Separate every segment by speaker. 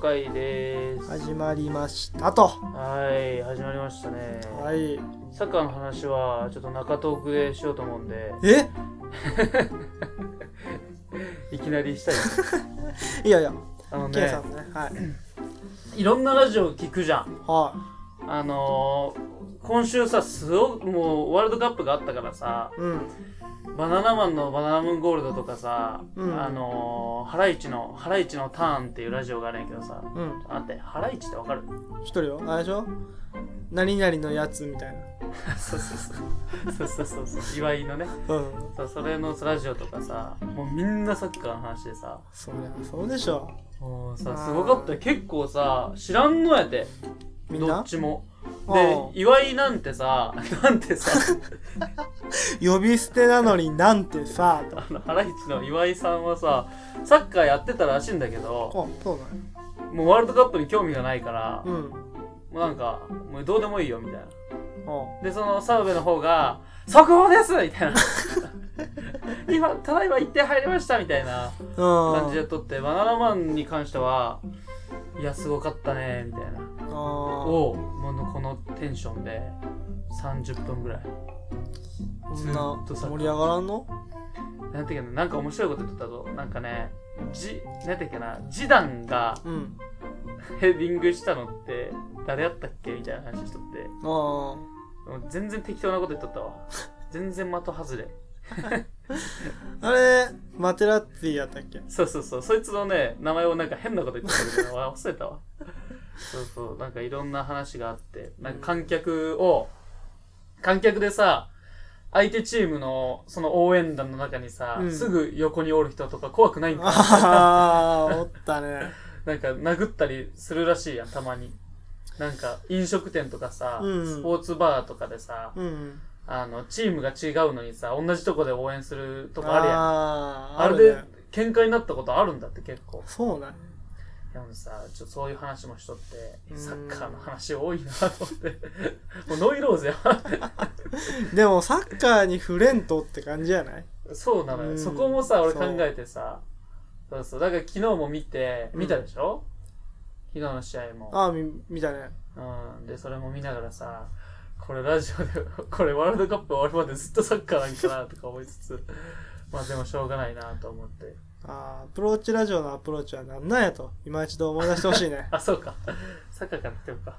Speaker 1: 回です。
Speaker 2: 始まりましたと。
Speaker 1: はい、始まりましたね。
Speaker 2: はい。
Speaker 1: サッカーの話はちょっと中トークでしようと思うんで、
Speaker 2: え
Speaker 1: いきなり したい。
Speaker 2: いやいや、
Speaker 1: あの
Speaker 2: ケイ
Speaker 1: ね
Speaker 2: さ、んね。はい。
Speaker 1: いろんなラジオ聞くじゃん。
Speaker 2: は
Speaker 1: あのー、今週さ、すごくもうワールドカップがあったからさ、
Speaker 2: い。うん。
Speaker 1: バナナマンのバナナムーンゴールドとかさ、
Speaker 2: うん
Speaker 1: あのー、ハライチの、ハライチのターンっていうラジオがあるんやけどさ、
Speaker 2: うん。
Speaker 1: 待って、ハライチってわかる
Speaker 2: 一人よ。あれでしょ何々のやつみたい
Speaker 1: そうそうそう。 そうそうそうそう。岩井のね。
Speaker 2: な。うん。
Speaker 1: さそれのラジオとかさもうみんなサッカーの話でさ
Speaker 2: そりゃそうでしょ。
Speaker 1: もう
Speaker 2: あ
Speaker 1: さ
Speaker 2: ー
Speaker 1: すごかったよ結構さ知らんのやて
Speaker 2: みん
Speaker 1: どっ
Speaker 2: な
Speaker 1: ちも
Speaker 2: ああ
Speaker 1: で岩井なんてさ なんてさ
Speaker 2: 呼び捨てなのになんてさ、と。
Speaker 1: あのハライチの岩井さんはさサッカーやってたらしいんだけ
Speaker 2: あ、
Speaker 1: ど
Speaker 2: そうなの
Speaker 1: もうワールドカップに興味がないから、
Speaker 2: うん。
Speaker 1: もうなんかもうどうでもいいよみたいな
Speaker 2: あ
Speaker 1: でその澤部の方が「速報です!」みたい な今ただいま1点入りましたみたいな
Speaker 2: あ。
Speaker 1: 感じで撮ってバナナマンに関してはいやすごかったねみたいな
Speaker 2: ああ。
Speaker 1: をもうこのテンションで30分ぐらい
Speaker 2: そんな
Speaker 1: ずっとさ
Speaker 2: 盛り上がらんの
Speaker 1: なんていうかななんか面白いこと言ってたぞなんかねじなんていうかなジダンが
Speaker 2: うん。
Speaker 1: ヘディングしたのって誰やったっけみたいな話しとって
Speaker 2: あ
Speaker 1: もう全然適当なこと言っとったわ全然的外れ
Speaker 2: あ。あれ、マテラッツィやったっ け
Speaker 1: そうそうそうそいつのね名前をなんか変な こと言ってたけどわ忘れたわそうそうなんかいろんな話があってなんか観客を観客でさ相手チームのその応援団の中にさ、
Speaker 2: うん
Speaker 1: すぐ横におる人とか怖くないん か
Speaker 2: ああ、おったね。
Speaker 1: なんか殴ったりするらしいやんたまになんか飲食店とかさ、
Speaker 2: うん
Speaker 1: スポーツバーとかでさ、
Speaker 2: うん。
Speaker 1: あのチームが違うのにさ同じとこで応援するとかあるやんあ
Speaker 2: あー
Speaker 1: れ
Speaker 2: る
Speaker 1: で
Speaker 2: ね
Speaker 1: 喧嘩になったことあるんだって結構
Speaker 2: そうなん
Speaker 1: でもさ、ちょっとそういう話もしとって、
Speaker 2: うん
Speaker 1: サッカーの話多いなと思って、 もうノイローゼや。
Speaker 2: でもサッカーに触れんとって感じじゃない
Speaker 1: そうなの
Speaker 2: う
Speaker 1: よ。
Speaker 2: ん
Speaker 1: そこもさ、俺
Speaker 2: そ
Speaker 1: 考
Speaker 2: う
Speaker 1: えてさ、そうそう。だから昨日も見て、
Speaker 2: うん
Speaker 1: 見たでしょ、昨日の試合も。
Speaker 2: ああみ見たね
Speaker 1: うん。で、それも見ながらさ、これラジオで、 これワールドカップ終わるまでずっとサッカーなんかなとか思いつつ、まあでもしょうがないなと思って。
Speaker 2: あーアプローチラジオのアプローチはなんなんやと今一度思い出してほしいね
Speaker 1: あ、そうか。サッカーから来てるか。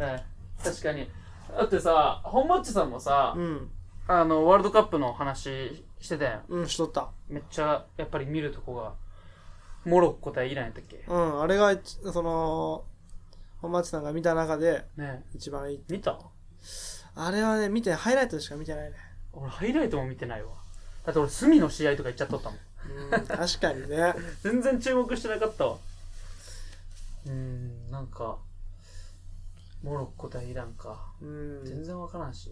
Speaker 1: うん。確かに。だってさ、本マッチさんもさ、
Speaker 2: うん
Speaker 1: あの、ワールドカップの話してたやん。
Speaker 2: うんしとった
Speaker 1: めっちゃ、やっぱり見るとこが、モロッコ対イランやったっけ
Speaker 2: うんあれが一その本町さんが見た中で
Speaker 1: ね
Speaker 2: 一番いい
Speaker 1: え見た
Speaker 2: あれはね見てハイライトしか見てないね
Speaker 1: 俺、ハイライトも見てないわ。だって俺、隅の試合とか行っちゃっとったもん。
Speaker 2: うん確かにね
Speaker 1: 全然注目してなかったわ。うーん、なんか、モロッコ対イランか。
Speaker 2: うん
Speaker 1: 全然わからんし。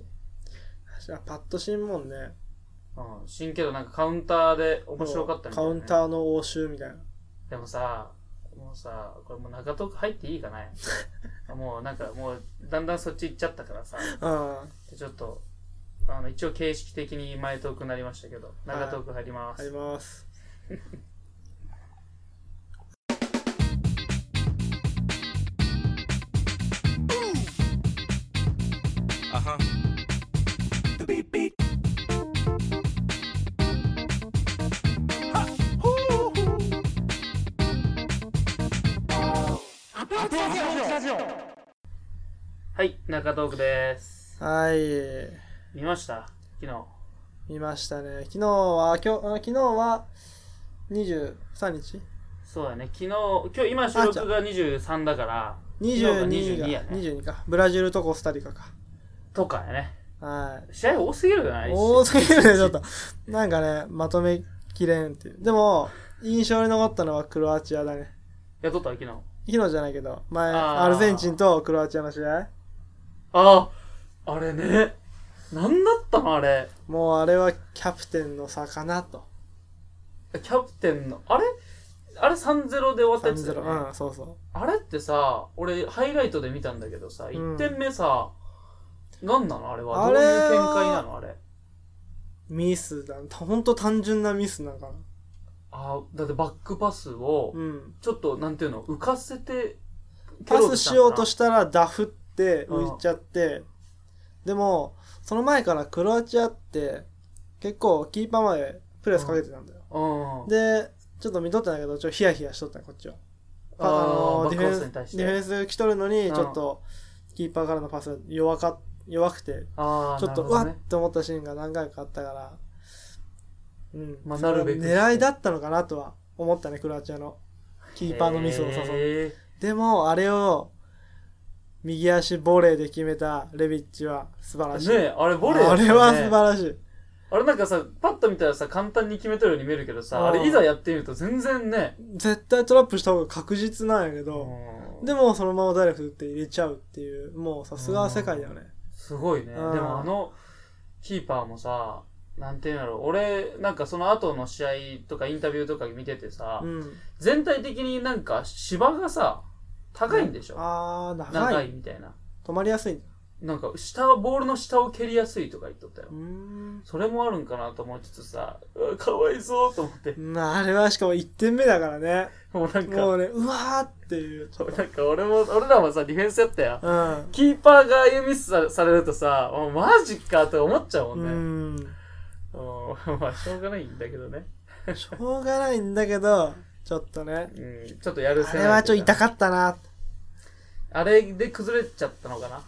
Speaker 2: 確かにパッとしんもんね
Speaker 1: うん、しんけどなんかカウンターで面白かったみたいな、
Speaker 2: カウ
Speaker 1: ね。
Speaker 2: ンターの応酬みたいな
Speaker 1: でもさ、もうさ、これもう中東入っていいか なやっぱもうなんかもう、だんだんそっち行っちゃったからさ。
Speaker 2: うん
Speaker 1: でちょっと、あの、一応形式的に前トークになりましたけど、長トーク入りま
Speaker 2: あ
Speaker 1: す。
Speaker 2: ります
Speaker 1: はい、中トークです。
Speaker 2: はい
Speaker 1: 見ました昨日。
Speaker 2: 見ましたね昨日は今日あ昨日は23日
Speaker 1: そうだね、昨日、今日、今収録が23だから、
Speaker 2: 22
Speaker 1: 22
Speaker 2: が
Speaker 1: やね
Speaker 2: 22かブラジルとコスタリカか
Speaker 1: とかやね。
Speaker 2: は
Speaker 1: 試合多すぎるじゃないい
Speaker 2: 多すぎるねちょっ
Speaker 1: と。
Speaker 2: となんかねまとめきれんっていうでも印象に残ったのはクロアチアだね
Speaker 1: やっとった昨日。
Speaker 2: 昨日じゃないけど前
Speaker 1: あー
Speaker 2: アルゼンチンとクロアチアの試合
Speaker 1: ああ、あれね。なんだったのあれ。
Speaker 2: もうあれはキャプテンの差かなと
Speaker 1: キャプテンの、あれあれ3-0で終わったやつだよね。
Speaker 2: 3-0うんそうそ
Speaker 1: あれってさ、俺ハイライトで見たんだけどさ、
Speaker 2: ん
Speaker 1: 1点目さ、何なのあれは。
Speaker 2: あ
Speaker 1: ど
Speaker 2: れ
Speaker 1: うい
Speaker 2: は
Speaker 1: う見解なのあれ。
Speaker 2: うミスだほんと単純なミスなんかな
Speaker 1: ああだってバックパスを
Speaker 2: うん。
Speaker 1: ちょっとなんていうの浮かせて
Speaker 2: パスしようと
Speaker 1: し
Speaker 2: したらダフって浮いちゃって、でも、その前からクロアチアって結構キーパーまでプレスかけてたんだよ。
Speaker 1: うん
Speaker 2: で、ちょっと見とってないけど、ちょっとヒヤヒヤしとったねこっちは。
Speaker 1: あ
Speaker 2: あの
Speaker 1: ーバ
Speaker 2: デ
Speaker 1: ッ
Speaker 2: ィ
Speaker 1: クパ
Speaker 2: フェ
Speaker 1: スに
Speaker 2: ン
Speaker 1: 対し
Speaker 2: ス、ディフェ
Speaker 1: て
Speaker 2: ンス来とるのに、
Speaker 1: うん
Speaker 2: ちょっと、キーパーからのパス弱か、弱くて、
Speaker 1: あー
Speaker 2: ちょっと、
Speaker 1: な
Speaker 2: う
Speaker 1: る
Speaker 2: わ
Speaker 1: ほど
Speaker 2: っ
Speaker 1: ね
Speaker 2: と思ったシーンが何回かあったから、うん。
Speaker 1: まあなるべくして
Speaker 2: 狙いだったのかなとは思ったね、クロアチアの。キーパーのミスを誘って。
Speaker 1: へ
Speaker 2: でも、あれを、右足ボレーで決めたレビッチは素晴らしい。
Speaker 1: ーねえあれボレーだ
Speaker 2: あ
Speaker 1: ったよ
Speaker 2: れ
Speaker 1: ね
Speaker 2: は素晴らしい。
Speaker 1: あれなんかさパッと見たらさ簡単に決めてるように見えるけど
Speaker 2: う
Speaker 1: さ
Speaker 2: ん
Speaker 1: あれいざやってみると全然ね
Speaker 2: 絶対トラップした方が確実なんやけど、
Speaker 1: うん
Speaker 2: でもそのままダイレクト打って入れちゃうっていう、もうさすがは世界だよね。
Speaker 1: すごいね。で
Speaker 2: うん
Speaker 1: もあの、キーパーもさ、なんていうんだろう。俺、なんかその後の試合とかインタビューとか見ててさ、
Speaker 2: うん。
Speaker 1: 全体的になんか芝がさ、高いんでしょ、
Speaker 2: あー、長い。
Speaker 1: 長いみたいな。
Speaker 2: 止まりやすいんだ。
Speaker 1: なんか下、ボールの下を蹴りやすいとか言っとったよ
Speaker 2: う。ーん。
Speaker 1: それもあるんかなと思いつつさ、うわかわいそうと思って、
Speaker 2: まあ、あれはしかも1点目だからね。
Speaker 1: もうなん
Speaker 2: も
Speaker 1: か、
Speaker 2: うね、うわーっていう。
Speaker 1: なんか俺も、俺らもさ、ディフェンスやったよ。
Speaker 2: うん。
Speaker 1: キーパーがああいうミスさされるとさ、もうマジかと思っちゃうもんね。
Speaker 2: うん。
Speaker 1: うん、まあしょうがないんだけどね。
Speaker 2: しょうがないんだけど、ちょっとね。
Speaker 1: うん、ちょっとやる
Speaker 2: あ
Speaker 1: せ
Speaker 2: れはちょっと痛
Speaker 1: い
Speaker 2: かったな。
Speaker 1: あれで崩れちゃったのかな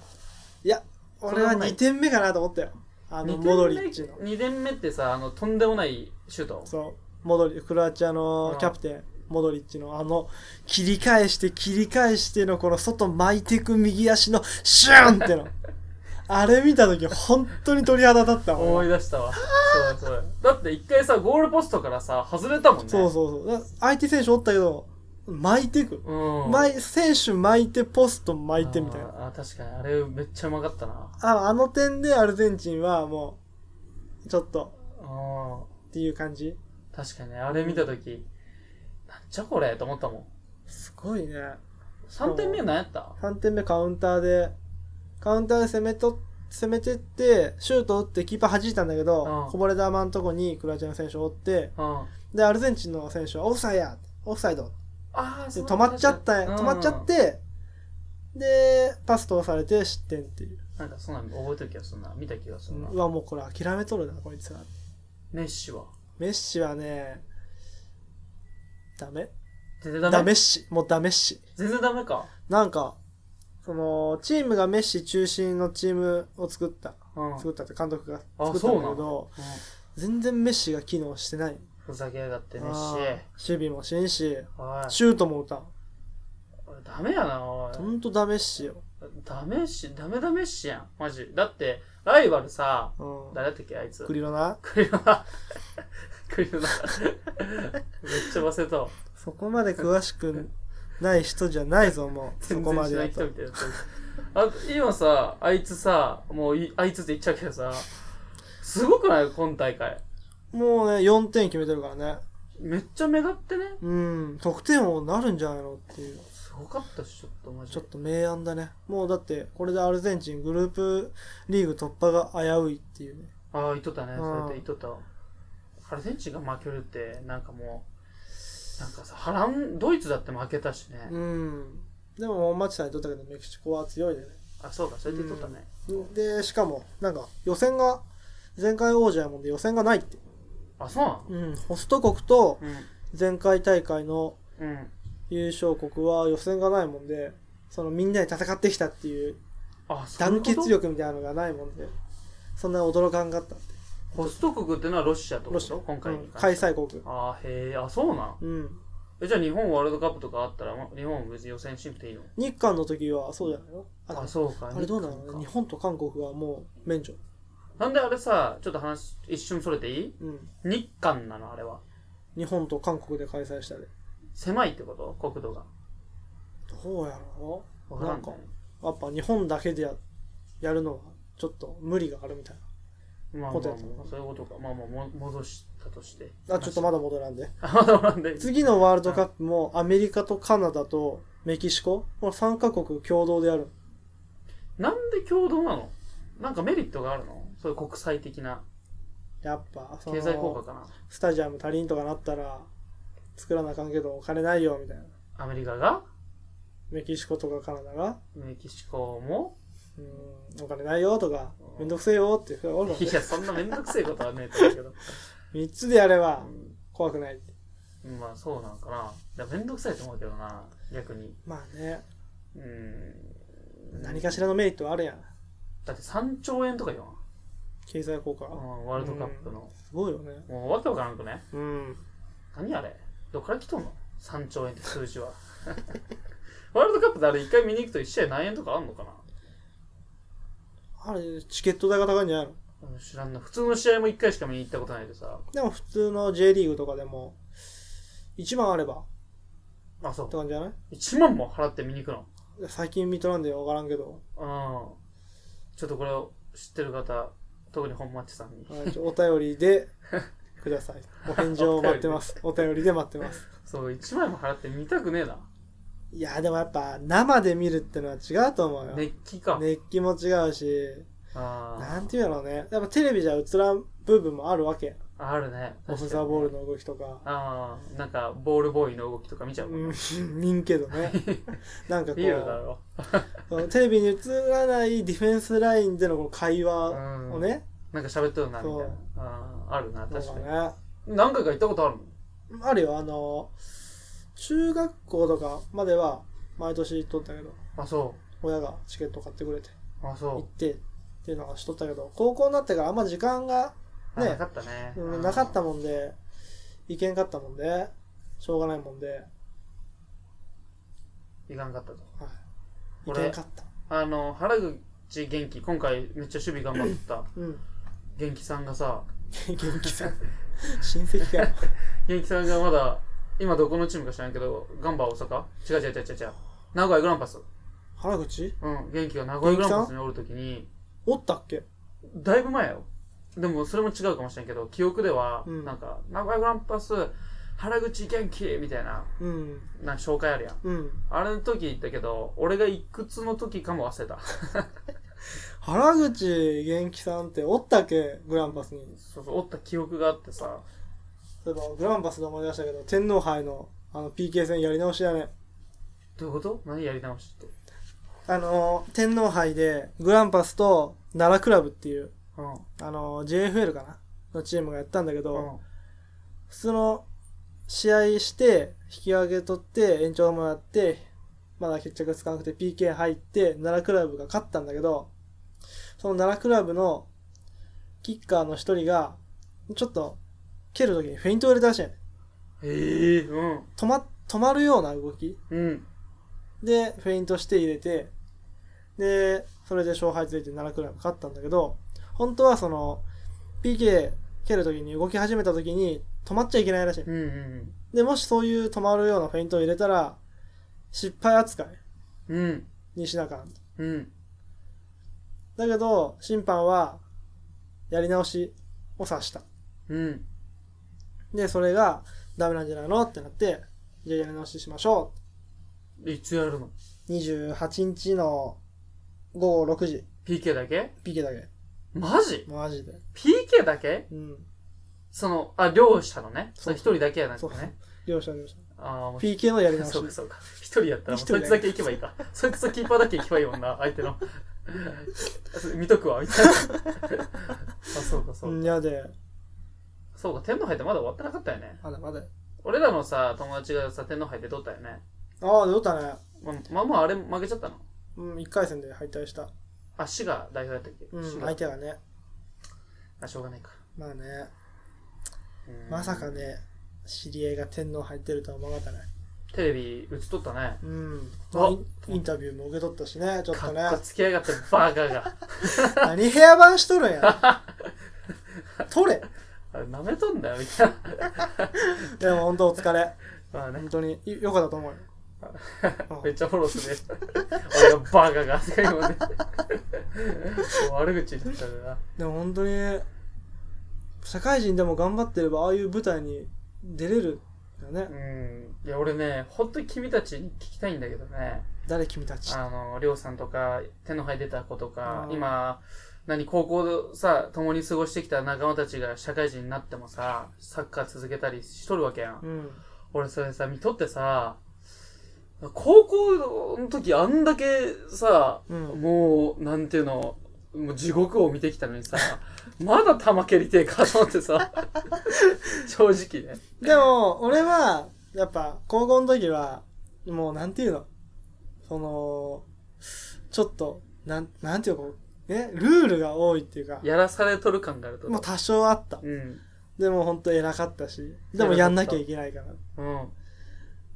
Speaker 1: い
Speaker 2: や、俺は2点目かなと思ったよ。あの、
Speaker 1: 二点
Speaker 2: モドリッチの。
Speaker 1: 2点目ってさあのとんでもないシュート
Speaker 2: そう、モドリ、クロアチアのキャプテン、モドリッチのあの、切り返して切り返してのこの外巻いてく右足のシューンっての。 あれ見た時本当に鳥肌立ったもん。
Speaker 1: 思い出したわそうそうだって一回さゴールポストからさ外れたもんね
Speaker 2: そうそうそう。だ相手選手おったけど、巻いてく。
Speaker 1: う、ん、
Speaker 2: 巻い選手巻いて、ポスト巻いてみたいな。
Speaker 1: あーあー確かにあれめっちゃうまかったな
Speaker 2: ああの点でアルゼンチンはもう、ちょっと
Speaker 1: あ
Speaker 2: っていう感じ。
Speaker 1: ー確かにねあれ見た時なんじゃこれと思ったもん
Speaker 2: すごいね。
Speaker 1: 3点目何やった
Speaker 2: 3点目カウンターで、カウンターで攻めと、攻めてって、シュート打ってキーパー弾いたんだけど、
Speaker 1: うん
Speaker 2: こぼれ球のとこにクロアチアの選手を追って、
Speaker 1: うんあ
Speaker 2: で、アルゼンチンの選手はオフサイドやオフサイド
Speaker 1: あ
Speaker 2: で止まっちゃった、止まっちゃって、で、パス通されて失点っていう。
Speaker 1: なんかそんなの覚えてる気がするな見た気がするな、
Speaker 2: うわ、もうこれ諦めとるな、こいつは。
Speaker 1: メッシは
Speaker 2: メッシはね、ダメ。
Speaker 1: 全然ダメ
Speaker 2: ダメッシ。もうダメッシ。
Speaker 1: 全然ダメか
Speaker 2: なんか、その、チームがメッシ中心のチームを作った。
Speaker 1: うん
Speaker 2: 作ったって監督が
Speaker 1: あ
Speaker 2: 作ったんだ
Speaker 1: そうな
Speaker 2: けど、
Speaker 1: うん
Speaker 2: 全然メッシが機能してない。
Speaker 1: ふざけやがってメッ
Speaker 2: あ
Speaker 1: シ
Speaker 2: ー守備もしんし、
Speaker 1: おい
Speaker 2: シュートも打たん。
Speaker 1: 俺ダメやなおい
Speaker 2: ほんとダメっしよ。
Speaker 1: ダメっしダメダメっしやんマジだってライバルさ
Speaker 2: うん。
Speaker 1: 誰だったっけあいつ
Speaker 2: クリロナ
Speaker 1: クリロナ クリロナめっちゃ忘れたわ
Speaker 2: そこまで詳しくない人じゃないぞ、もう。そ
Speaker 1: 全
Speaker 2: こ
Speaker 1: 然
Speaker 2: ま
Speaker 1: し
Speaker 2: で
Speaker 1: ない
Speaker 2: だ
Speaker 1: 人
Speaker 2: と
Speaker 1: み。たいなあ今さあいつさもういあいつって言っちゃうけどさすごくない今大会
Speaker 2: もうね、4点決めてるからね。
Speaker 1: めっちゃ目立ってね
Speaker 2: うん。得点王になるんじゃないのっていう。
Speaker 1: すごかったしちょっとマジ
Speaker 2: ち
Speaker 1: で
Speaker 2: ょっと明暗だね。もうだって、これでアルゼンチングループリーグ突破が危ういっていうね。
Speaker 1: ああ、言っとったね。
Speaker 2: うん
Speaker 1: そうやって言っとったわ。アルゼンチンが負けるって、なんかもう、なんかさ、波乱、ドイツだって負けたしね。
Speaker 2: うん。でも、もうマッチさんにとったけど、メキシコは強いでね。
Speaker 1: あ、そうか、そうやって言っとったね。
Speaker 2: で、しかも、なんか、予選が、前回王者やもんで予選がないって。
Speaker 1: あ、そうなの
Speaker 2: うん。ホスト国と
Speaker 1: う
Speaker 2: 前回大会の
Speaker 1: ん。うん。
Speaker 2: 優勝国は予選がないもんで、そのみんなで戦ってきたっていう
Speaker 1: あ、そういう
Speaker 2: 団
Speaker 1: こと
Speaker 2: 結力みたいなのがないもんで、そんな驚かんかったって。
Speaker 1: ホスト国ってのはロシアってこと
Speaker 2: ロシア、
Speaker 1: 今回
Speaker 2: う
Speaker 1: に
Speaker 2: ん
Speaker 1: 関
Speaker 2: 開
Speaker 1: して。
Speaker 2: 催国。
Speaker 1: あーへえ、あ、そうなん
Speaker 2: うん。
Speaker 1: えじゃあ日本ワールドカップとかあったら、ま日本は別に予選しなくていいの
Speaker 2: 日韓の時はそうじゃないの
Speaker 1: あ、そうか。
Speaker 2: あれどうなの日
Speaker 1: 日本か
Speaker 2: 本と韓国はもう免除。
Speaker 1: なんであれさ、ちょっと話、一瞬それていい
Speaker 2: うん。
Speaker 1: 日韓なのあれは。
Speaker 2: 日本と韓国で開催したで。
Speaker 1: 狭いってこと国土が。
Speaker 2: どうやろ
Speaker 1: わからんね
Speaker 2: なんかうやっぱ日本だけでややるのはちょっと無理があるみたい
Speaker 1: まあまあまあ
Speaker 2: ことやと思う
Speaker 1: そういうことか。まあまあ、も戻したとして。
Speaker 2: な。あ、ちょ っとまだ戻らんで。
Speaker 1: あ、まだまだで。
Speaker 2: 次のワールドカップもアメリカとカナダとメキシコこの3カ国共同でやる。
Speaker 1: なんで共同なのなんかメリットがあるのそういう国際的な
Speaker 2: やっぱ、その
Speaker 1: 経済効果かな。
Speaker 2: スタジアム足りんとかなったら、作らなあかんけどお金ないよみたいな
Speaker 1: アメリカが
Speaker 2: メキシコとかカナダが
Speaker 1: メキシコも
Speaker 2: うんお金ないよとかめんどくせえよっていう人がおるもん
Speaker 1: い
Speaker 2: ね
Speaker 1: や、そんなめんどくせえことはねえと思うけど。
Speaker 2: 3つでやれば怖くない
Speaker 1: うん まあ、そうなんかな。いや、めんどくさいと思うけどな、逆に。
Speaker 2: まあね
Speaker 1: うん。
Speaker 2: 何かしらのメリットはあるやん
Speaker 1: だって3兆円とか言わん。
Speaker 2: 経済効果
Speaker 1: うん、ワールドカップの。
Speaker 2: すごいよね
Speaker 1: もうわけわからんくね。
Speaker 2: うん
Speaker 1: 何あれどっから来とんの ?3 兆円って数字は。 ワールドカップであれ1回見に行くと1試合何円とかあんのか
Speaker 2: あれチケット代が高いんじゃないの
Speaker 1: なうん知らんな。普通の試合も1回しか見に行ったことないでさ。
Speaker 2: でも普通の J リーグとかでも1万あれば
Speaker 1: あ、そ。
Speaker 2: って感じじゃないう
Speaker 1: 1万も払って見に行くの
Speaker 2: 最近見とらんで分からんけど
Speaker 1: うん。ちょっとこれを知ってる方、特に本マッチさんに。
Speaker 2: はいちょお便 りでくださいお返事を待ってますお便りで待ってます
Speaker 1: そう、1万円も払って見たくねえな。
Speaker 2: いやでもやっぱ生で見るってのは違うと思うよ
Speaker 1: 熱気か。
Speaker 2: 熱気も違うし
Speaker 1: あ
Speaker 2: なんていうんやろうねやっぱテレビじゃ映らん部分もあるわけ
Speaker 1: あ、あるね。
Speaker 2: オフ・ザ・ボールの動きとか
Speaker 1: ああ、なんか、ボールボーイの動きとか見ちゃうもん。
Speaker 2: うん 見んけどねなんかこ
Speaker 1: リアルだ
Speaker 2: う
Speaker 1: ろ。
Speaker 2: そのテレビに映らないディフェンスラインでのこの会
Speaker 1: う
Speaker 2: 話を
Speaker 1: ん。
Speaker 2: ね、
Speaker 1: なんか喋っとるな、みたい
Speaker 2: そ
Speaker 1: な
Speaker 2: う。
Speaker 1: ああ、あるな、
Speaker 2: なん
Speaker 1: 確
Speaker 2: か
Speaker 1: かに。
Speaker 2: ね
Speaker 1: 何回か行ったことあるの
Speaker 2: あるよあの中学校とかまでは毎年行っとったけど
Speaker 1: あ、そ
Speaker 2: 親がチケット買ってくれて
Speaker 1: う。あ、
Speaker 2: 行っ
Speaker 1: そ
Speaker 2: てっていうのがしとったけど高校になってからあんま時間が、
Speaker 1: う。
Speaker 2: ね
Speaker 1: あなかったね。
Speaker 2: うんなかった
Speaker 1: もん。
Speaker 2: もんで行けんかったもんでしょうがないもんで、
Speaker 1: 行かんかったと。
Speaker 2: はい、行
Speaker 1: 俺
Speaker 2: けんかった
Speaker 1: あの、原口元気、今回めっちゃ守備頑張った
Speaker 2: うん
Speaker 1: 元気さんがさ、
Speaker 2: 元気さ ん親戚かよ
Speaker 1: 元気さんがまだ、今どこのチームか知らんけど、ガンバ大阪違う違う違う違う違う。名古屋グランパス。
Speaker 2: 原口
Speaker 1: うん、元気が名古屋グランパスにおるときに、
Speaker 2: おったっけ
Speaker 1: だいぶ前よ。でもそれも違うかもしれんけど、記憶では、
Speaker 2: うん
Speaker 1: なんか、名古屋グランパス、原口元気みたいな、
Speaker 2: うん
Speaker 1: なんか紹介あるやん。
Speaker 2: うん
Speaker 1: あれの時言ったけど、俺がいくつの時かも忘れた。
Speaker 2: 原口元気さんっておったっけグランパスに
Speaker 1: そうそう、おった記憶があってさ、
Speaker 2: そういえばグランパスで思い出したけど天皇杯のあの PK 戦やり直しだね
Speaker 1: どういうこと何やり直しって。
Speaker 2: あのー天皇杯でグランパスと奈良クラブっていう
Speaker 1: うん。
Speaker 2: あのー JFL かなのチームがやったんだけど、
Speaker 1: うん。
Speaker 2: 普通の試合して引き分け取って延長もやってまだ決着つかなくて PK 入って奈良クラブが勝ったんだけどその奈良クラブのキッカーの一人がちょっと蹴る時にフェイントを入れたらしいのね
Speaker 1: ええうん。
Speaker 2: 止ま止まるような動き
Speaker 1: うん。
Speaker 2: でフェイントして入れてでそれで勝敗ついて奈良クラブ勝ったんだけど本当はその PK 蹴る時に動き始めた時に止まっちゃいけないらしい
Speaker 1: うんうん
Speaker 2: でもしそういう止まるようなフェイントを入れたら失敗扱い
Speaker 1: うん。うん。
Speaker 2: にしなあかん
Speaker 1: うん。
Speaker 2: だけど審判はやり直しを指した
Speaker 1: うん。
Speaker 2: でそれがダメなんじゃないのってなってじゃあやり直ししましょ
Speaker 1: いつやるの
Speaker 2: う28日の午後6時
Speaker 1: ?PK だけ
Speaker 2: PK だけ
Speaker 1: マジ
Speaker 2: マジで
Speaker 1: ?PK だけ
Speaker 2: うん
Speaker 1: その、あ、両者のね。そ
Speaker 2: そう
Speaker 1: の一人だけやなくて
Speaker 2: そう
Speaker 1: ね。
Speaker 2: 両者両者
Speaker 1: ああ、もう
Speaker 2: PK のやり直し
Speaker 1: そうかそうか。一人やったら、
Speaker 2: 一
Speaker 1: そ
Speaker 2: 人
Speaker 1: い
Speaker 2: だけ
Speaker 1: つだけ行けばいい か。そいつとキーパーだけ行けばいいもんな、相手の。 それ見とくわ、みたい な。あ、そうかそううか。
Speaker 2: んやで
Speaker 1: そうか、天皇杯ってまだ終わってなかったよね。
Speaker 2: まだまだ
Speaker 1: 俺らのさ、友達がさ、天皇杯出とったよね。
Speaker 2: ああどうだったね
Speaker 1: ままあまあ、あれ負けちゃったの。
Speaker 2: うん1回戦で敗退した
Speaker 1: あ、滋賀代表やったっけ
Speaker 2: うん
Speaker 1: 滋賀
Speaker 2: 相手がね
Speaker 1: あ、しょうがないか。
Speaker 2: まあね
Speaker 1: うん
Speaker 2: まさか。ね知り合いが天皇入ってるとは思わなかったね
Speaker 1: テレビ映っとったね。
Speaker 2: うん、
Speaker 1: あ
Speaker 2: インインタビューも受け取ったしねちょっ
Speaker 1: か
Speaker 2: と
Speaker 1: っ
Speaker 2: ね
Speaker 1: こつけやがって、バカが。
Speaker 2: 何部屋番しとるんや 取れ
Speaker 1: あれ、舐めとんだよ、みたいな。
Speaker 2: でも本当お疲れ
Speaker 1: まあね
Speaker 2: 本。当にいよかったと思 うよう
Speaker 1: めっ
Speaker 2: ん
Speaker 1: ちゃフォローするね。俺がバカがとか言うもんね。悪口言ってたからな。
Speaker 2: でも本当に社会人でも頑張ってればああいう舞台に出れるんだね、
Speaker 1: うん。いや、俺ね、本当に君たちに聞きたいんだけどね。
Speaker 2: 誰君たち
Speaker 1: あの、りょうさんとか、手の生え出た子とか
Speaker 2: あ、ー
Speaker 1: 今、何、高校さ、共に過ごしてきた仲間たちが社会人になってもさ、サッカー続けたりしとるわけやん。
Speaker 2: うん
Speaker 1: 俺それさ、見とってさ、高校の時あんだけさ、
Speaker 2: うん
Speaker 1: もう、なんていうの、もう地獄を見てきたのにさ、 まだ玉蹴りてえかと思ってさ、 正直ね。
Speaker 2: でも、俺は、やっぱ、高校の時は、もう、なんていうのその、ちょっと、なん、なんていうのね、ルールが多いっていうか、
Speaker 1: やらされとる感があると。
Speaker 2: もう多少あった。
Speaker 1: うん。
Speaker 2: でも、ほんと偉かったし、でもやんなきゃいけないから。
Speaker 1: うん。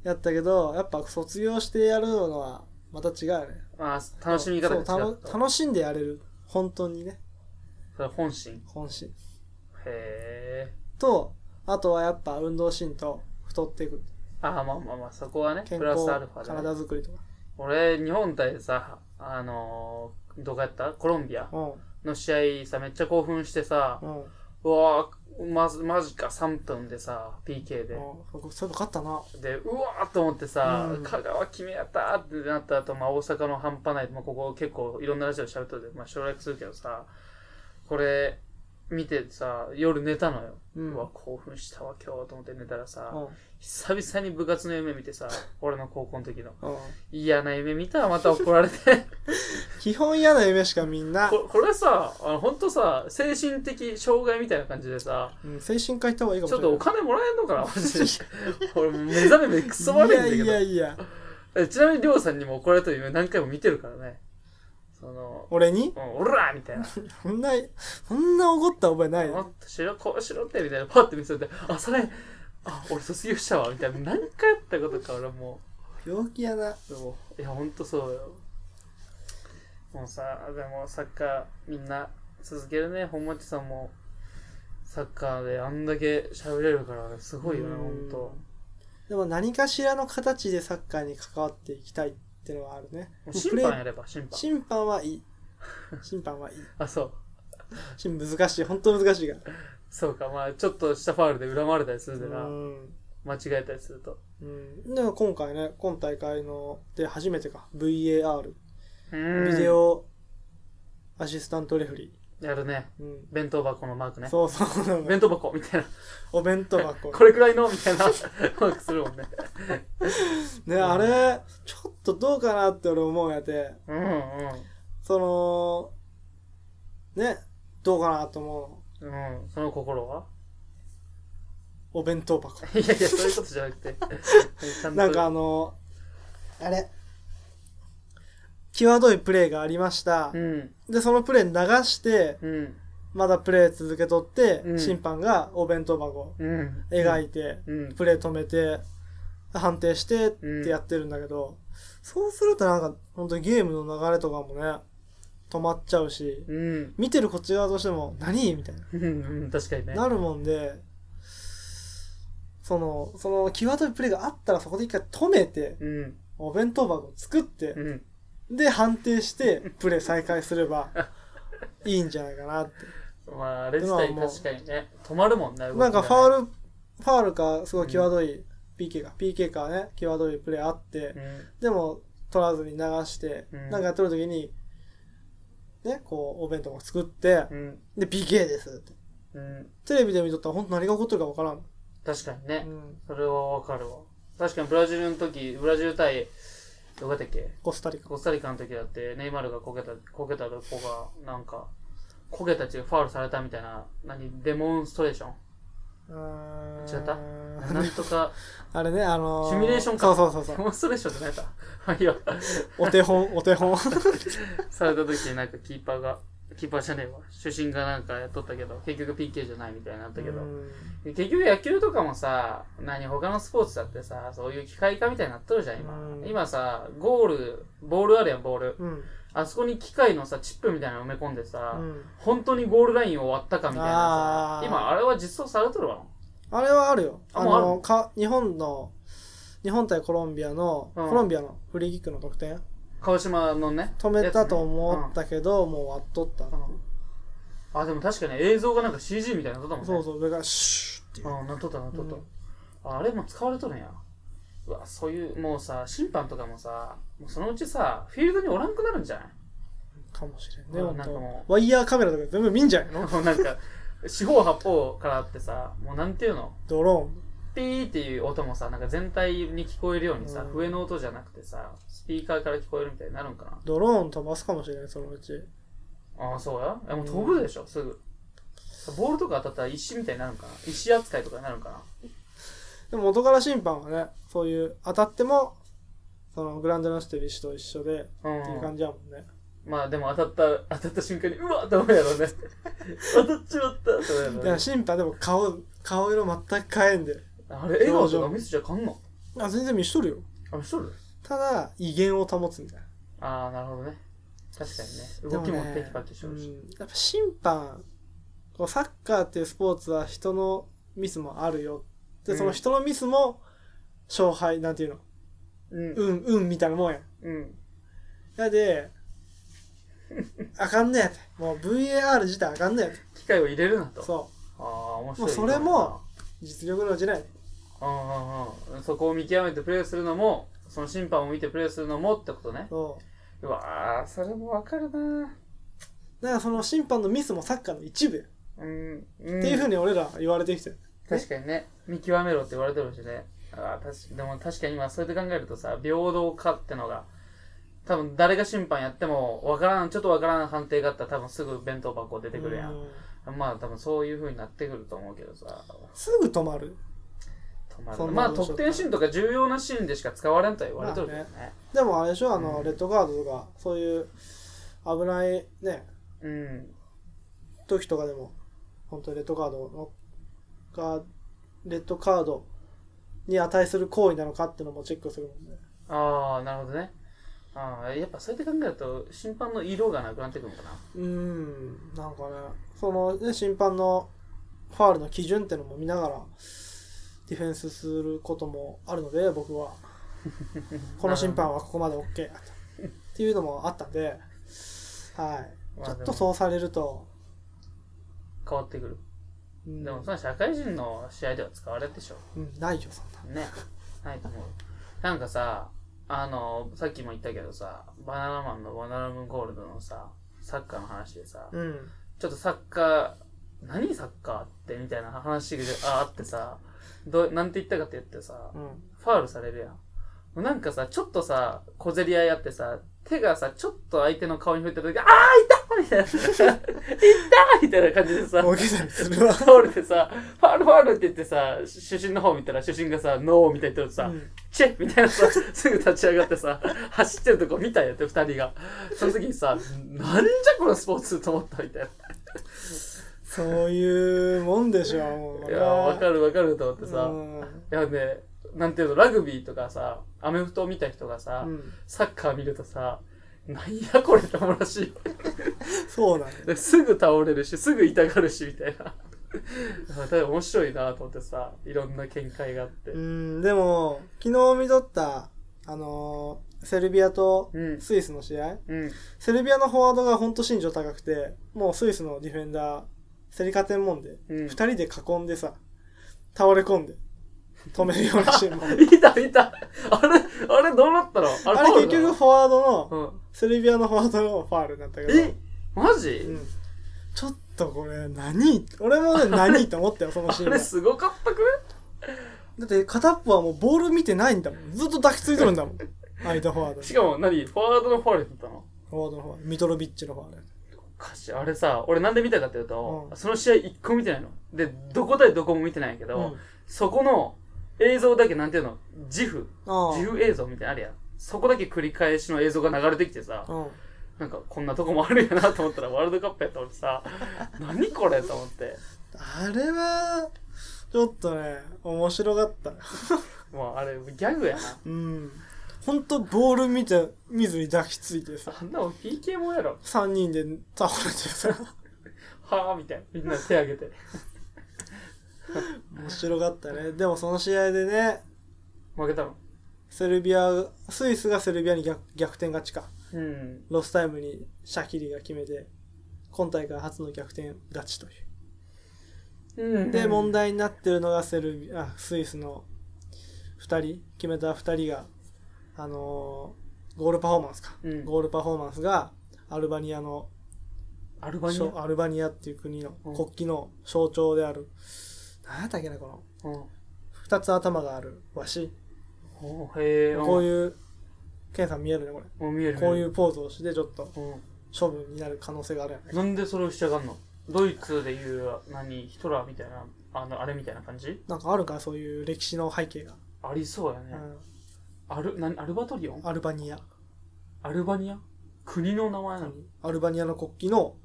Speaker 2: やったけど、やっぱ卒業してやるのは、また違うね。
Speaker 1: あー楽しみ方が違
Speaker 2: そう
Speaker 1: っ
Speaker 2: 楽
Speaker 1: た。
Speaker 2: 楽しんでやれる。本当にね、
Speaker 1: それ本心。
Speaker 2: 本心。
Speaker 1: へえ。
Speaker 2: と、あとはやっぱ運動神と太っていく。
Speaker 1: ああ、まあまあまあ、そこはね、
Speaker 2: 健
Speaker 1: プラ
Speaker 2: 康
Speaker 1: スアルファ、でね。
Speaker 2: 体づくりとか。
Speaker 1: 俺、日本対さ、あのーどこやったコロンビア
Speaker 2: う
Speaker 1: の試合さ、めっちゃ興奮してさ、
Speaker 2: ん。うん。うん
Speaker 1: うわーまず、マジか、3分でさ、PK で。
Speaker 2: そういえば勝ったな。
Speaker 1: で、うわーと思ってさ、
Speaker 2: うん
Speaker 1: 香川決めやったーってなった後、まあ大阪の半端ない、まあここ結構いろんなラジオで喋っとるで、まあ省略するけどさ、これ、見てさ、夜寝たのよ。
Speaker 2: う
Speaker 1: うんわ、興奮したわ、今日と思って寝たらさ、
Speaker 2: うん。
Speaker 1: 久々に部活の夢見てさ、俺の高校の時の。
Speaker 2: うん
Speaker 1: 嫌な夢見たらまた怒られ て。
Speaker 2: 基本嫌な夢しかみんな、
Speaker 1: ここれさあの本当さ精神的障害みたいな感じでさ
Speaker 2: うん、精神科行った方がいいかも
Speaker 1: ち
Speaker 2: し
Speaker 1: ょ
Speaker 2: れ
Speaker 1: っ
Speaker 2: ない。
Speaker 1: とお金もらえんのかなマジで 俺目覚めめクソ悪いんだけど
Speaker 2: いやいやいや。
Speaker 1: えちなみにりょうさんにも怒られた夢何回も見てるからねその
Speaker 2: 俺に
Speaker 1: 「うん、おら!」み たいな「
Speaker 2: そんな、そんな怒った覚えない
Speaker 1: も
Speaker 2: よ。
Speaker 1: っとしろこうしろって」みたいなパッて見せて「あそれあ俺卒業したわ」みたいな何回やったことか俺も
Speaker 2: 病気やな。
Speaker 1: うでもいやほんとそうよもうさでもサッカーみんな続けるね本町さんもサッカーであんだけ喋れるからすごいよね
Speaker 2: うん
Speaker 1: ほんと
Speaker 2: でも何かしらの形でサッカーに関わっていきたいっていうのはあるね。
Speaker 1: もう
Speaker 2: プ
Speaker 1: 審
Speaker 2: レ
Speaker 1: 判や
Speaker 2: ー
Speaker 1: れば審判
Speaker 2: 審判はいい。審 判はいい。
Speaker 1: あそう
Speaker 2: 審難しい。本当難しいから。
Speaker 1: そうかまあちょっとしたファウルで恨まれたりするで
Speaker 2: う
Speaker 1: な
Speaker 2: ーん。
Speaker 1: 間違えたりすると
Speaker 2: うん、でも今回ね、今大会ので初めてか、VAR、ビ
Speaker 1: ビ
Speaker 2: デオアシスタントレフェリ
Speaker 1: やるね
Speaker 2: ー。うん
Speaker 1: 弁当箱のマークね
Speaker 2: そうそう、
Speaker 1: 弁当箱みたいな
Speaker 2: お弁当箱。
Speaker 1: これくらいのみたいなマークするもんね
Speaker 2: ね、あれ、ちょっとどうかなって俺思うんやて、
Speaker 1: うんうん
Speaker 2: その、ね、どうかなと思
Speaker 1: うん、その心は
Speaker 2: うの。お弁当箱。
Speaker 1: いやいや、そういうことじゃな くて。ちゃんと
Speaker 2: なんかあの、あれ、際どいプレーがありました
Speaker 1: う。ん、
Speaker 2: で、そのプレー流して、
Speaker 1: うん、
Speaker 2: まだプレー続けとって、
Speaker 1: うん
Speaker 2: 審判がお弁当箱
Speaker 1: うん。
Speaker 2: 描
Speaker 1: い
Speaker 2: いて、
Speaker 1: うん。
Speaker 2: プレー止めて、判定してってやってるんだけど、そうするとなんか、本当にゲームの流れとかもね、止まっちゃうし、
Speaker 1: うん。
Speaker 2: 見てるこっち側としても何みたいな、
Speaker 1: うん、うん確かにね。
Speaker 2: なるもんでそのその際どいプレーがあったらそこで一回止めて
Speaker 1: うん、
Speaker 2: お弁当箱を作って
Speaker 1: う、ん。
Speaker 2: で判定してプレー再開すれ ばいいんじゃないかなって
Speaker 1: まあ、あれ自体
Speaker 2: でももう
Speaker 1: 確かにね。止まるもんね。
Speaker 2: なんかファ
Speaker 1: ル。
Speaker 2: ールファールかすごい際どい PK か、PK かね際どいプレーあって
Speaker 1: うん、
Speaker 2: でも取らずに流して、
Speaker 1: うん
Speaker 2: なんかやってる時にねこうお弁当箱作って
Speaker 1: うん、
Speaker 2: で PK ですって
Speaker 1: うん。
Speaker 2: テレビで見とったら本当何が起こってるか分からん
Speaker 1: 確かにね。
Speaker 2: うん
Speaker 1: それはわかるわ。確かにブラジルの時、ブラジル対、どこだったっけ
Speaker 2: コスタリカ。
Speaker 1: コスタリカの時だって、ネイマールがこけた、こけた子が、なんか、こけたっていうファウルされたみたいな、何、デモンストレーション違ったな
Speaker 2: た
Speaker 1: んとか、
Speaker 2: あれね、あのー、
Speaker 1: シミュレーション
Speaker 2: そう
Speaker 1: か
Speaker 2: そうそうそ
Speaker 1: デ
Speaker 2: う。
Speaker 1: モンストレーションじゃないか。まあいいわ。
Speaker 2: お手本、お手本。
Speaker 1: された時になんかキーパーが、キーパーじゃねえわ。主審がなんかやっとったけど、結局 PK じゃないみたいになったけど
Speaker 2: う。ん
Speaker 1: で結局野球とかもさ、何、他のスポーツだってさ、そういう機械化みたいになっとるじゃん、今。
Speaker 2: うん
Speaker 1: 今さ、ゴール、ボールあるやん、ボール。
Speaker 2: うん。
Speaker 1: あそこに機械のさ、チップみたいなの埋め込んでさ、
Speaker 2: うん
Speaker 1: 本当にゴールラインを割ったかみたいな
Speaker 2: あ
Speaker 1: さ、
Speaker 2: ー
Speaker 1: 今、あれは実装されとるわ。
Speaker 2: あれはあるよ。
Speaker 1: あ
Speaker 2: あ
Speaker 1: もうある
Speaker 2: の、か日本の、日本対コロンビアの、
Speaker 1: うん
Speaker 2: コロンビアのフリーキックの得点、
Speaker 1: 川島のね。
Speaker 2: 止めたと思
Speaker 1: や
Speaker 2: っ
Speaker 1: つね
Speaker 2: たけど、もう割っとった。
Speaker 1: うんあ、でも確かに映像がなんか CG みたいになっとったもんね。
Speaker 2: そうそう、上からシューっていう。
Speaker 1: うん、なっとったなっとった、
Speaker 2: うん
Speaker 1: あれも使われとるんやうわそういうもうさ審判とかもさもうそのうちさフィールドにおらんくなるんじゃ
Speaker 2: かもしれん
Speaker 1: う
Speaker 2: ね、
Speaker 1: ん
Speaker 2: ほん
Speaker 1: なんかも
Speaker 2: と。ワイヤーカメラとか全部見んじゃん
Speaker 1: ない
Speaker 2: の
Speaker 1: もうなんか四方八方からあってさもうなんていうの
Speaker 2: ドローン。
Speaker 1: ピーっていう音もさ、なんか全体に聞こえるようにさ、
Speaker 2: うん
Speaker 1: 笛の音じゃなくてさ、スピーカーから聞こえるみたいになるんかな。
Speaker 2: ドローン飛ばすかもしれない、そのうち。
Speaker 1: ああ、そうやえ、もう飛ぶでしょ、すぐ。ボールとか当たったら石みたいになるんかな石扱いとかになるんかな
Speaker 2: でも元から審判はね、そういう、当たっても、そのグランドランステビッシュと一緒で、
Speaker 1: うん
Speaker 2: っていう感じやもんね。
Speaker 1: まあでも当たった、当たった瞬間に、うわっと思うやろう ね。当たっちまったって思うやろ
Speaker 2: いう
Speaker 1: ね
Speaker 2: や、。審判でも顔、顔色全く変えんで。
Speaker 1: あれ、笑顔とか見せちゃかんの
Speaker 2: あ、全然見しとるよ。
Speaker 1: あ、見せとる
Speaker 2: ただ、威厳を保つみたいな。
Speaker 1: ああ、なるほどね。確かにね。動きもテキパキし
Speaker 2: う
Speaker 1: とるし。
Speaker 2: ん、やっぱ審判こうサッカーっていうスポーツは人のミスもあるよでその人のミスも勝敗なんていうの
Speaker 1: うん。
Speaker 2: 運運みたいなもんや
Speaker 1: うん。
Speaker 2: やであかんねやてもう VAR 自体あかんねやて
Speaker 1: 機械を入れるなと。
Speaker 2: そ
Speaker 1: ああ、面白い。
Speaker 2: もうそれもう実力のうちない
Speaker 1: うんうんうん、そこを見極めてプレーするのも、その審判を見てプレーするのもってことね。
Speaker 2: そう
Speaker 1: うわー、それもわかるな
Speaker 2: だからその審判のミスもサッカーの一部や
Speaker 1: うん、うん。
Speaker 2: っていうふう
Speaker 1: に。
Speaker 2: に俺ら言われてきてる、
Speaker 1: 確かにね、見極めろって言われてるしね。あー確かでも確かに今そうやって考えるとさ、平等かってのが、多分誰が審判やっても、わからん、ちょっとわからん判定があったら多分すぐ弁当箱出てくるや。
Speaker 2: うんん
Speaker 1: まあ多分そういうふうになってくると思うけどさ。
Speaker 2: すぐ止まる
Speaker 1: 止ま
Speaker 2: そ
Speaker 1: る
Speaker 2: ん
Speaker 1: ま
Speaker 2: な
Speaker 1: あ
Speaker 2: もんでしょうか
Speaker 1: 得点シーンとか重要なシーンでしか使われんとは言われてるけどね。
Speaker 2: でもあれでしょあの、
Speaker 1: うん
Speaker 2: レッドカードとかそういう危ないね
Speaker 1: うん。
Speaker 2: 時とかでも本当にレッドカードのがレッドカードに値する行為なのかっていうのもチェックするもんね
Speaker 1: ああ、なるほどね。ああ、やっぱそうやって考えると、審判の色がなくなってくるのかな。
Speaker 2: うーんなんかねそのね審判のファールの基準っていうのも見ながらディフェンスすることもあるので僕 はこの審判はここまで OK だとっていうのもあったんではい
Speaker 1: ま
Speaker 2: ち
Speaker 1: あ
Speaker 2: ょっ
Speaker 1: でも
Speaker 2: とそうされると、
Speaker 1: 変わってくる。
Speaker 2: うん
Speaker 1: でも、その社会人の試合では使われるでしょ
Speaker 2: うん、ないよそんな
Speaker 1: う。ね。ないと思う。なんかさ、あの、さっきも言ったけどさ、バナナマンのバナナムーンゴールドのさ、サッカーの話でさ、
Speaker 2: うん
Speaker 1: ちょっとサッカー、何サッカーってみたいな話がああってさ、どう、なんて言ったかって言ってさ、
Speaker 2: うん
Speaker 1: ファールされるやん。もうなんかさ、ちょっとさ、小競り合いあってさ、手がさ、ちょっと相手の顔に振ってるとき、あー痛っみたいな。痛っ みたいな感じでさ、
Speaker 2: 大げさにするわ
Speaker 1: 倒れてさ、ファールファールって言ってさ、主審の方見たら、主審がさ、ノーみたいに言ってるとさ、
Speaker 2: うん
Speaker 1: チェッみたいなさ、すぐ立ち上がってさ、走ってるとこ見たんやって、二人が。その時にさ、なんじゃこのスポーツと思ったみたいな。
Speaker 2: そういうもんでしょもう
Speaker 1: いやー、わかるわかると思ってさ、
Speaker 2: うん
Speaker 1: いやね、なんていうの、ラグビーとかさ、アメフトを見た人がさ、
Speaker 2: うん
Speaker 1: サッカー見るとさ、なんやこれって思うらしいよ
Speaker 2: そうなんだ
Speaker 1: ですぐ倒れるし、すぐ痛がるし、みたいな。 だから面白いなと思ってさ、いろんな見解があって
Speaker 2: う。んでも昨日見とったあのーセルビアと
Speaker 1: うん。
Speaker 2: スイスの試合
Speaker 1: うん。
Speaker 2: セルビアのフォワードがほんと身長高くてもうスイスのディフェンダー競り勝てんもんで
Speaker 1: うん
Speaker 2: 二。人で囲んでさ倒れ込んで止めるようなシーンも
Speaker 1: いたいたあれ、あれどうなったの あ
Speaker 2: あれ
Speaker 1: ファウ
Speaker 2: 結
Speaker 1: ルな
Speaker 2: 局フォワードの
Speaker 1: の
Speaker 2: セルビアのフォワードのファールだったけ
Speaker 1: う
Speaker 2: ど
Speaker 1: ん。えマジ、
Speaker 2: うんちょっとこれ何俺もね何と思ったよそのシー
Speaker 1: あ
Speaker 2: ンは
Speaker 1: れすごかったく
Speaker 2: だって片っぽはもうボール見てないんだもんずっと抱きついとるんだも ん相手フォワードに
Speaker 1: しかも何フォワードのファウルだったの
Speaker 2: フォワードのフォワードミトロビッチのフォワード
Speaker 1: おかしいあれさ、俺なんで見たかっていうと、
Speaker 2: うん
Speaker 1: その試合一個見てないの。で、どこ対どこも見てないけど、
Speaker 2: うん
Speaker 1: そこの映像だけなんていうの自負
Speaker 2: あ
Speaker 1: 自由映像みたいなのあるやん。そこだけ繰り返しの映像が流れてきてさ
Speaker 2: あ、うん
Speaker 1: なんかこんなとこもあるやなと思ったらワールドカップやと思ってさ、 何これと思って。
Speaker 2: あれはちょっとね面白かった
Speaker 1: もうあれギャグやな。
Speaker 2: うんほんとボール見て見ずに抱きついてさ
Speaker 1: あんなの PK もんやろ。
Speaker 2: 3人で倒れてさ
Speaker 1: はぁみたいな。みんな手挙げて。
Speaker 2: 面白かったねでもその試合でね
Speaker 1: 負けたの。
Speaker 2: セルビアスイスがセルビアに逆逆転勝ちか
Speaker 1: うん。
Speaker 2: ロスタイムにシャキリが決めて今大会初の逆転勝ちという
Speaker 1: うん、
Speaker 2: で問題になってるのがセルビあスイスの2人決めた2人があのーゴールパフォーマンスか、
Speaker 1: うん
Speaker 2: ゴールパフォーマンスがアルバニアの
Speaker 1: アルバニア。
Speaker 2: アルバニアっていう国の
Speaker 1: うん
Speaker 2: 国旗の象徴である、なん、何やったっけなこの
Speaker 1: うん。
Speaker 2: 二つ頭があるわし、
Speaker 1: おへえ
Speaker 2: こういう、ケンさん見えるね、これ。
Speaker 1: うん見える、
Speaker 2: こういううポーズをして、ちょっと
Speaker 1: うん
Speaker 2: 処分になる可能性があるやんね。
Speaker 1: なんでそれをしちゃがんのドイツでいう何ヒトラーみたいなあのあれみたいな感じ
Speaker 2: なんかあるか、そういう歴史の背景が。
Speaker 1: ありそうやね、
Speaker 2: う
Speaker 1: アル何アルバトリオン
Speaker 2: ん、アルバニア。
Speaker 1: アルバニア国の名前なの
Speaker 2: アルバニアの国旗の、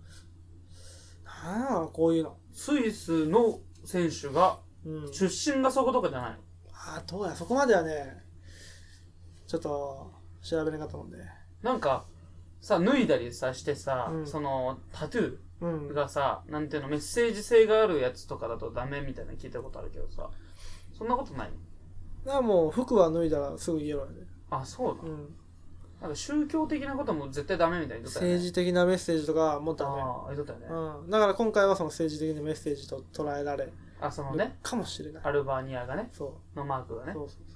Speaker 2: なんやろこういうの。
Speaker 1: スイスの選手が
Speaker 2: うん。
Speaker 1: 出身がそことかじゃないの
Speaker 2: あーどうや、そこまではね、ちょっと、調べれなかったもんで。
Speaker 1: なんかさ脱いだりさしてさ、
Speaker 2: うん
Speaker 1: そのタトゥ
Speaker 2: うん
Speaker 1: ー。がさなんていうのメッセージ性があるやつとかだとダメみたいなの聞いたことあるけどさそんなことない
Speaker 2: だからもう、服は脱いだらすぐイエローやで。
Speaker 1: あそうだ
Speaker 2: うん。
Speaker 1: なんか宗教的なことも絶対ダメみたいに言っとったよね
Speaker 2: 政治的なメッセージとかもダメ。
Speaker 1: ああ言っとったよね、
Speaker 2: うん、だから今回はその政治的なメッセージと捉えられる
Speaker 1: あそのね
Speaker 2: かもしれない。
Speaker 1: アルバニアがね
Speaker 2: そ
Speaker 1: のマークが
Speaker 2: う
Speaker 1: ね
Speaker 2: そうそうそ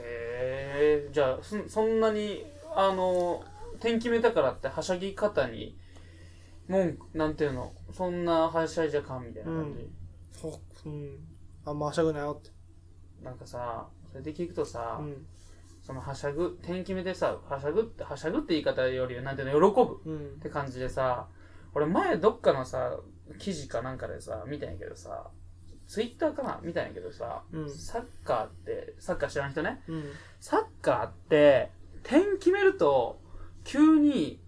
Speaker 1: へえじゃあそそんなにあの点決めたからってはしゃぎ方に文句なんていうのそんなはしゃいじゃかんみたいな感じ、
Speaker 2: うそう。うん。あんまはしゃぐなよって。
Speaker 1: なんかさそれで聞くとさ、
Speaker 2: うん。
Speaker 1: そのはしゃぐ点決めてさはしゃぐってはしゃぐって言い方よりなんていうの喜ぶ
Speaker 2: うん
Speaker 1: っ。て感じでさ俺前どっかのさ記事かなんかでさ見たんやけどさツイッターかな見たんやけどさ、
Speaker 2: うん
Speaker 1: サッカーってサッカー知らん人ね
Speaker 2: うん。
Speaker 1: サッカーって点決めると急に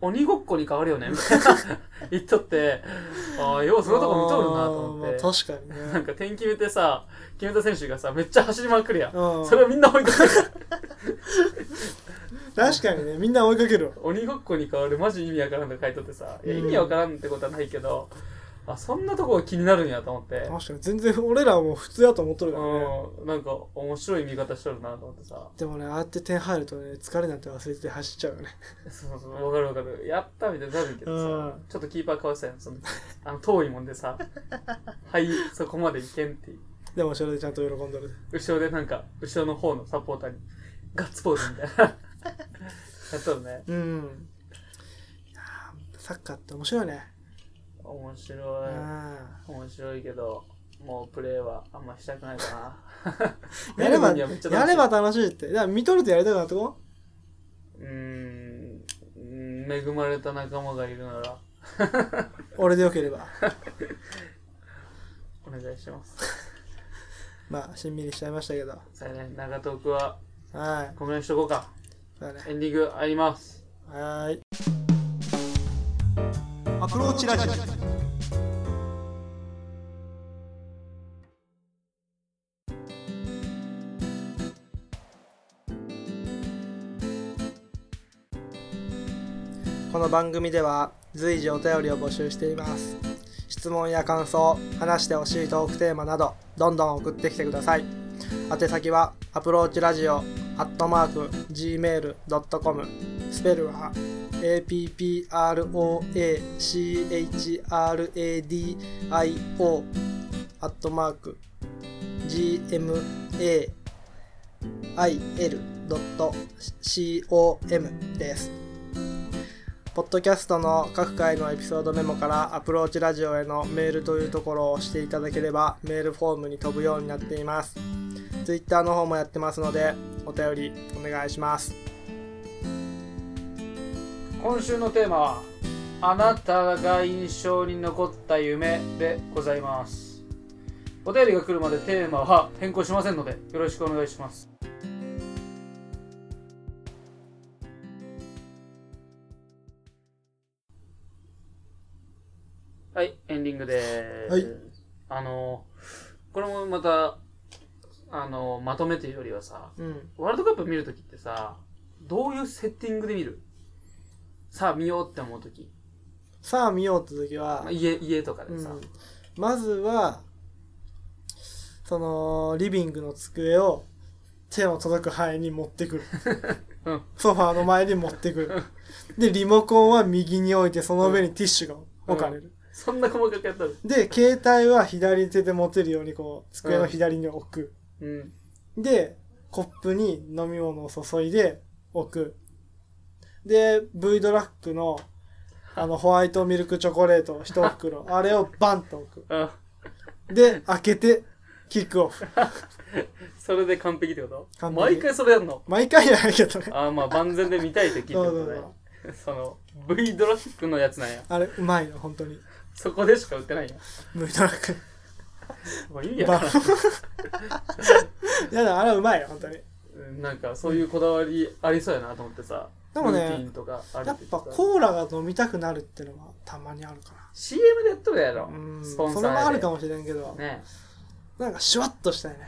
Speaker 1: 鬼ごっこに変わるよねみたい な言っとってああようそのとこ見とるなと思って
Speaker 2: あーまあ確かにね。
Speaker 1: なんか点決めてさ決めた選手がさめっちゃ走りまくるやん
Speaker 2: うん
Speaker 1: それをみんな追いかける
Speaker 2: 確かにね、みんな追いかけるわ。
Speaker 1: 鬼ごっこに変わるマジ意味わからんとか書いとってさいや意味わからんってことはないけど、あそんなとこが気になるんやと思って
Speaker 2: 確かに、全然俺らはもう普通だと思っとるからね。
Speaker 1: うんなんか面白い見方しとるなと思ってさ
Speaker 2: でもね、ああやって点入るとね、疲れなんて忘れて走っちゃうよ ね。
Speaker 1: そうそう、わかるわかる。やったみたいになるけどさ、
Speaker 2: うん
Speaker 1: ちょっとキーパーかわしたよ。その、あの、遠いもんでさ、 はい、そこまで行けんっていう。
Speaker 2: でもそれでちゃんと喜んどる。
Speaker 1: 後ろでなんか、後ろの方のサポーターに、ガッツポーズみたいな。や ったのね。
Speaker 2: うん。いやーサッカーって面白いね。
Speaker 1: 面
Speaker 2: う
Speaker 1: 白い。
Speaker 2: ん。
Speaker 1: 面白いけど、もうプレーはあんましたくないかな。
Speaker 2: やれ
Speaker 1: 見る分
Speaker 2: ば、
Speaker 1: にはめっちゃ楽しい
Speaker 2: やれば楽しいって。だから見とるとやりたくなってこ
Speaker 1: うーん、うん恵まれた仲間がいるなら、
Speaker 2: 俺でよければ。
Speaker 1: お願いします。
Speaker 2: まあ、しんみりしちゃいましたけど。
Speaker 1: さあね、長トークは、
Speaker 2: はい。
Speaker 1: この辺にしとこうか。
Speaker 2: そうだね。
Speaker 1: エンディングあります。
Speaker 2: はい。アプローチラジオ。この番組では随時お便りを募集しています。質問や感想、話してほしいトークテーマなど、どんどん送ってきてください。宛先はアプローチラジオアットマーク Gmail.com スペルは APPROACHRADIO アットマーク GMAIL.com です。ポッドキャストの各回のエピソードメモからアプローチラジオへのメールというところを押していただければメールフォームに飛ぶようになっています。ツイッターの方もやってますのでお便りお願いします。
Speaker 1: 今週のテーマは「あなたが印象に残った夢」でございますお便りが来るまでテーマは変更しませんのでよろしくお願いしますはいエンディングです、
Speaker 2: はい
Speaker 1: あのこれもまたあのまとめというよりはさ、
Speaker 2: うん。
Speaker 1: ワールドカップ見るときってさ、どういうセッティングで見るさあ見ようって思うとき。
Speaker 2: さあ見ようって時は
Speaker 1: まあ、家、家とか
Speaker 2: う
Speaker 1: でさ。
Speaker 2: ん、まずはそのリビングの机を手の届く範囲に持ってくる、
Speaker 1: うん
Speaker 2: ソファーの前に持ってくるでリモコンは右に置いてその上にティッシュが置かれる、
Speaker 1: そんな細かくやったの
Speaker 2: で携帯は左手で持てるようにこう机の左に置く、
Speaker 1: うん。
Speaker 2: でコップに飲み物を注いで置くで V ドラッグのあのホワイトミルクチョコレート1袋あれをバンと置く
Speaker 1: あ、
Speaker 2: で、開けて、キックオフ。
Speaker 1: それで完璧ってこ
Speaker 2: 完
Speaker 1: と
Speaker 2: 璧
Speaker 1: 毎回それやんの
Speaker 2: 毎回やるけどね。
Speaker 1: ああ、まあ万全で見たい時ってこ
Speaker 2: そうそ
Speaker 1: と
Speaker 2: う
Speaker 1: ね
Speaker 2: そ。
Speaker 1: その、V ドラッグのやつなんや。
Speaker 2: あれ、うまいの、本当に。
Speaker 1: そこでしか売ってないや
Speaker 2: ムードラック。
Speaker 1: ん。もういいや
Speaker 2: バ いやだ、あれはうまいよ、本当に。
Speaker 1: うんなんかそういうこだわりありそうやなと思ってさ。
Speaker 2: でも
Speaker 1: ルーティ
Speaker 2: ね
Speaker 1: ン、とかある
Speaker 2: やっぱコーラが飲みたくなるってのはたまにあるか
Speaker 1: CM でやっとるや
Speaker 2: な。
Speaker 1: ろ
Speaker 2: う。ん、
Speaker 1: ス
Speaker 2: そ
Speaker 1: ポ
Speaker 2: れ
Speaker 1: ンサーで
Speaker 2: もあるかもしれんけど、
Speaker 1: ね
Speaker 2: なんかシュワッとしたいね。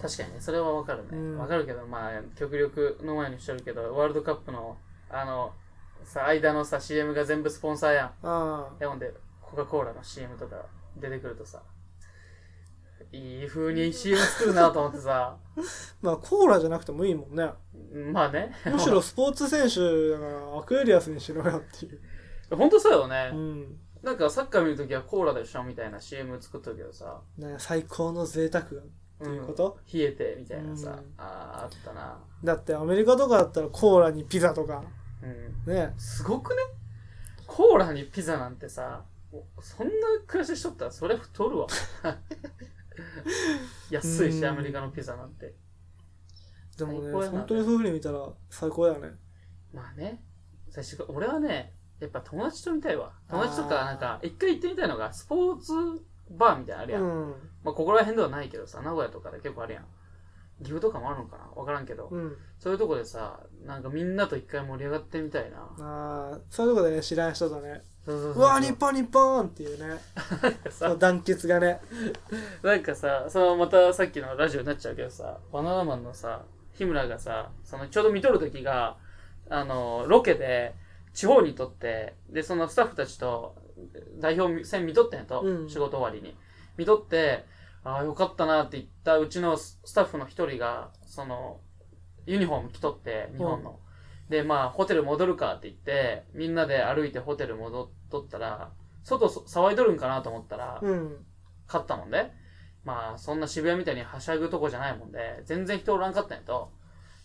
Speaker 1: 確かにね、それはわかる
Speaker 2: う
Speaker 1: ね。
Speaker 2: ん
Speaker 1: わかるけど、まあ、極力の前にしてるけど、ワールドカップの、あの、さ、間のさ、CM が全部スポンサーやん。
Speaker 2: うん。
Speaker 1: でほんで、コカ・コーラの CM とか出てくるとさ、いい風に CM 作るなと思って さ、
Speaker 2: まあコーラじゃなくてもいいもんね。
Speaker 1: まあね。
Speaker 2: むしろ スポーツ選手だからアクエリアスにしろよっていう。
Speaker 1: ほんとそうよね。
Speaker 2: うん。
Speaker 1: なんかサッカー見るときはコーラでしょみたいな CM 作っとるけどさ、
Speaker 2: ね、最高の贅沢っていうこと、
Speaker 1: 冷えてみたいな
Speaker 2: う
Speaker 1: さ
Speaker 2: ん、
Speaker 1: あーあったな。
Speaker 2: だってアメリカとかだったらコーラにピザとか、
Speaker 1: うん。
Speaker 2: ね。
Speaker 1: すごくねコーラにピザなんてさおそんな暮らししとったらそれ太るわ 安いし
Speaker 2: うん
Speaker 1: アメリカのピザなんて
Speaker 2: でも
Speaker 1: 最高
Speaker 2: ね、
Speaker 1: やな
Speaker 2: 本当にそういう風に見たら最高だよね。
Speaker 1: まあね最初から俺はねやっぱ友達と見たいわ友達とかなんか一回行ってみたいのがスポーツバーみたいなのある
Speaker 2: う
Speaker 1: やん、
Speaker 2: ん。
Speaker 1: まあここら辺ではないけどさ名古屋とかで結構あるやん岐阜とかもあるのかな分からんけど、
Speaker 2: うん。
Speaker 1: そういうとこでさなんかみんなと一回盛り上がってみたいな
Speaker 2: ああ、そういうとこでね、知らん人とね、
Speaker 1: そうそうそう
Speaker 2: う
Speaker 1: そう
Speaker 2: わ ー、日本日本っていうね、その団結がね、
Speaker 1: なんかさ、そのまたさっきのラジオになっちゃうけどさ、バナナマンのさ、日村がさ、そのちょうど見とる時が、あの、ロケで、地方にとって、で、そのスタッフたちと、代表戦見とってんやと、
Speaker 2: うん
Speaker 1: 仕事終わりに。見とって、ああ、よかったなって言ったうちのススタッフの一人が、その、ユニフォーム着とって、日本の。で、まあ、ホテル戻るかって言って、みんなで歩いてホテル戻っとったら、外そ騒いどるんかなと思ったら、
Speaker 2: うん。
Speaker 1: 勝ったもんで、まあ、そんな渋谷みたいにはしゃぐとこじゃないもんで、全然人おらんかったんやと。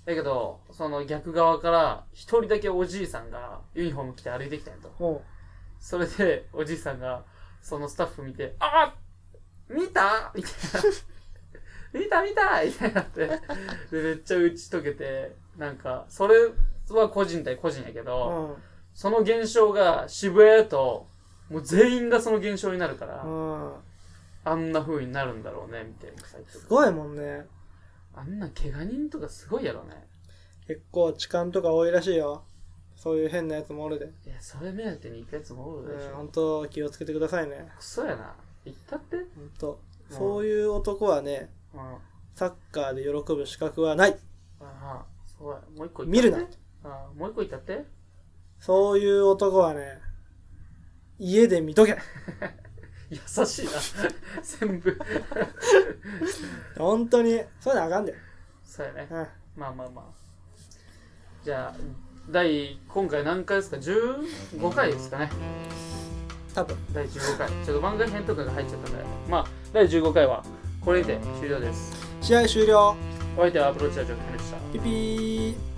Speaker 1: だけど、その逆側から、一人だけおじいさんがユニフォーム着て歩いてきたんやと。
Speaker 2: も
Speaker 1: それで、おじいさんが、そのスタッフ見て、あ見たみたいな。 見た見たみたいになって。で、めっちゃ打ち解けて、なんか、それは個人対個人やけ
Speaker 2: う、う
Speaker 1: ど、
Speaker 2: ん。
Speaker 1: その現象が渋谷やと、もう全員がその現象になるから、
Speaker 2: うん。
Speaker 1: あんな風になるんだろうねみたいな最近
Speaker 2: すごいもんね。
Speaker 1: あんな怪我人とかすごいやろね
Speaker 2: 結構痴漢とか多いらしいよ。そういう変なやつもおるで。
Speaker 1: いやそれ目当てに行くやつもおるでし
Speaker 2: うん、
Speaker 1: ょ、
Speaker 2: 本当気をつけてくださいね。
Speaker 1: クソやな行ったってうん
Speaker 2: 本当
Speaker 1: うん
Speaker 2: そういう男はね、
Speaker 1: あ
Speaker 2: サッカーで喜ぶ資格はない。
Speaker 1: あそうやもう一個行ったって
Speaker 2: 見るな。
Speaker 1: ああもう一個行ったって
Speaker 2: そういう男はね、家で見とけ。
Speaker 1: 優しいな 全部
Speaker 2: 本当に、そういうのあかんで。
Speaker 1: そうやね
Speaker 2: うん。
Speaker 1: まあまあまあじゃあ第今回何回ですか15回ですかね
Speaker 2: 多分。
Speaker 1: 第15回ちょっと番外編とかが入っちゃったからまあ第15回はこれで終了です
Speaker 2: 試合終了。
Speaker 1: お相手はアプローチラジオのケンでした
Speaker 2: ピピー。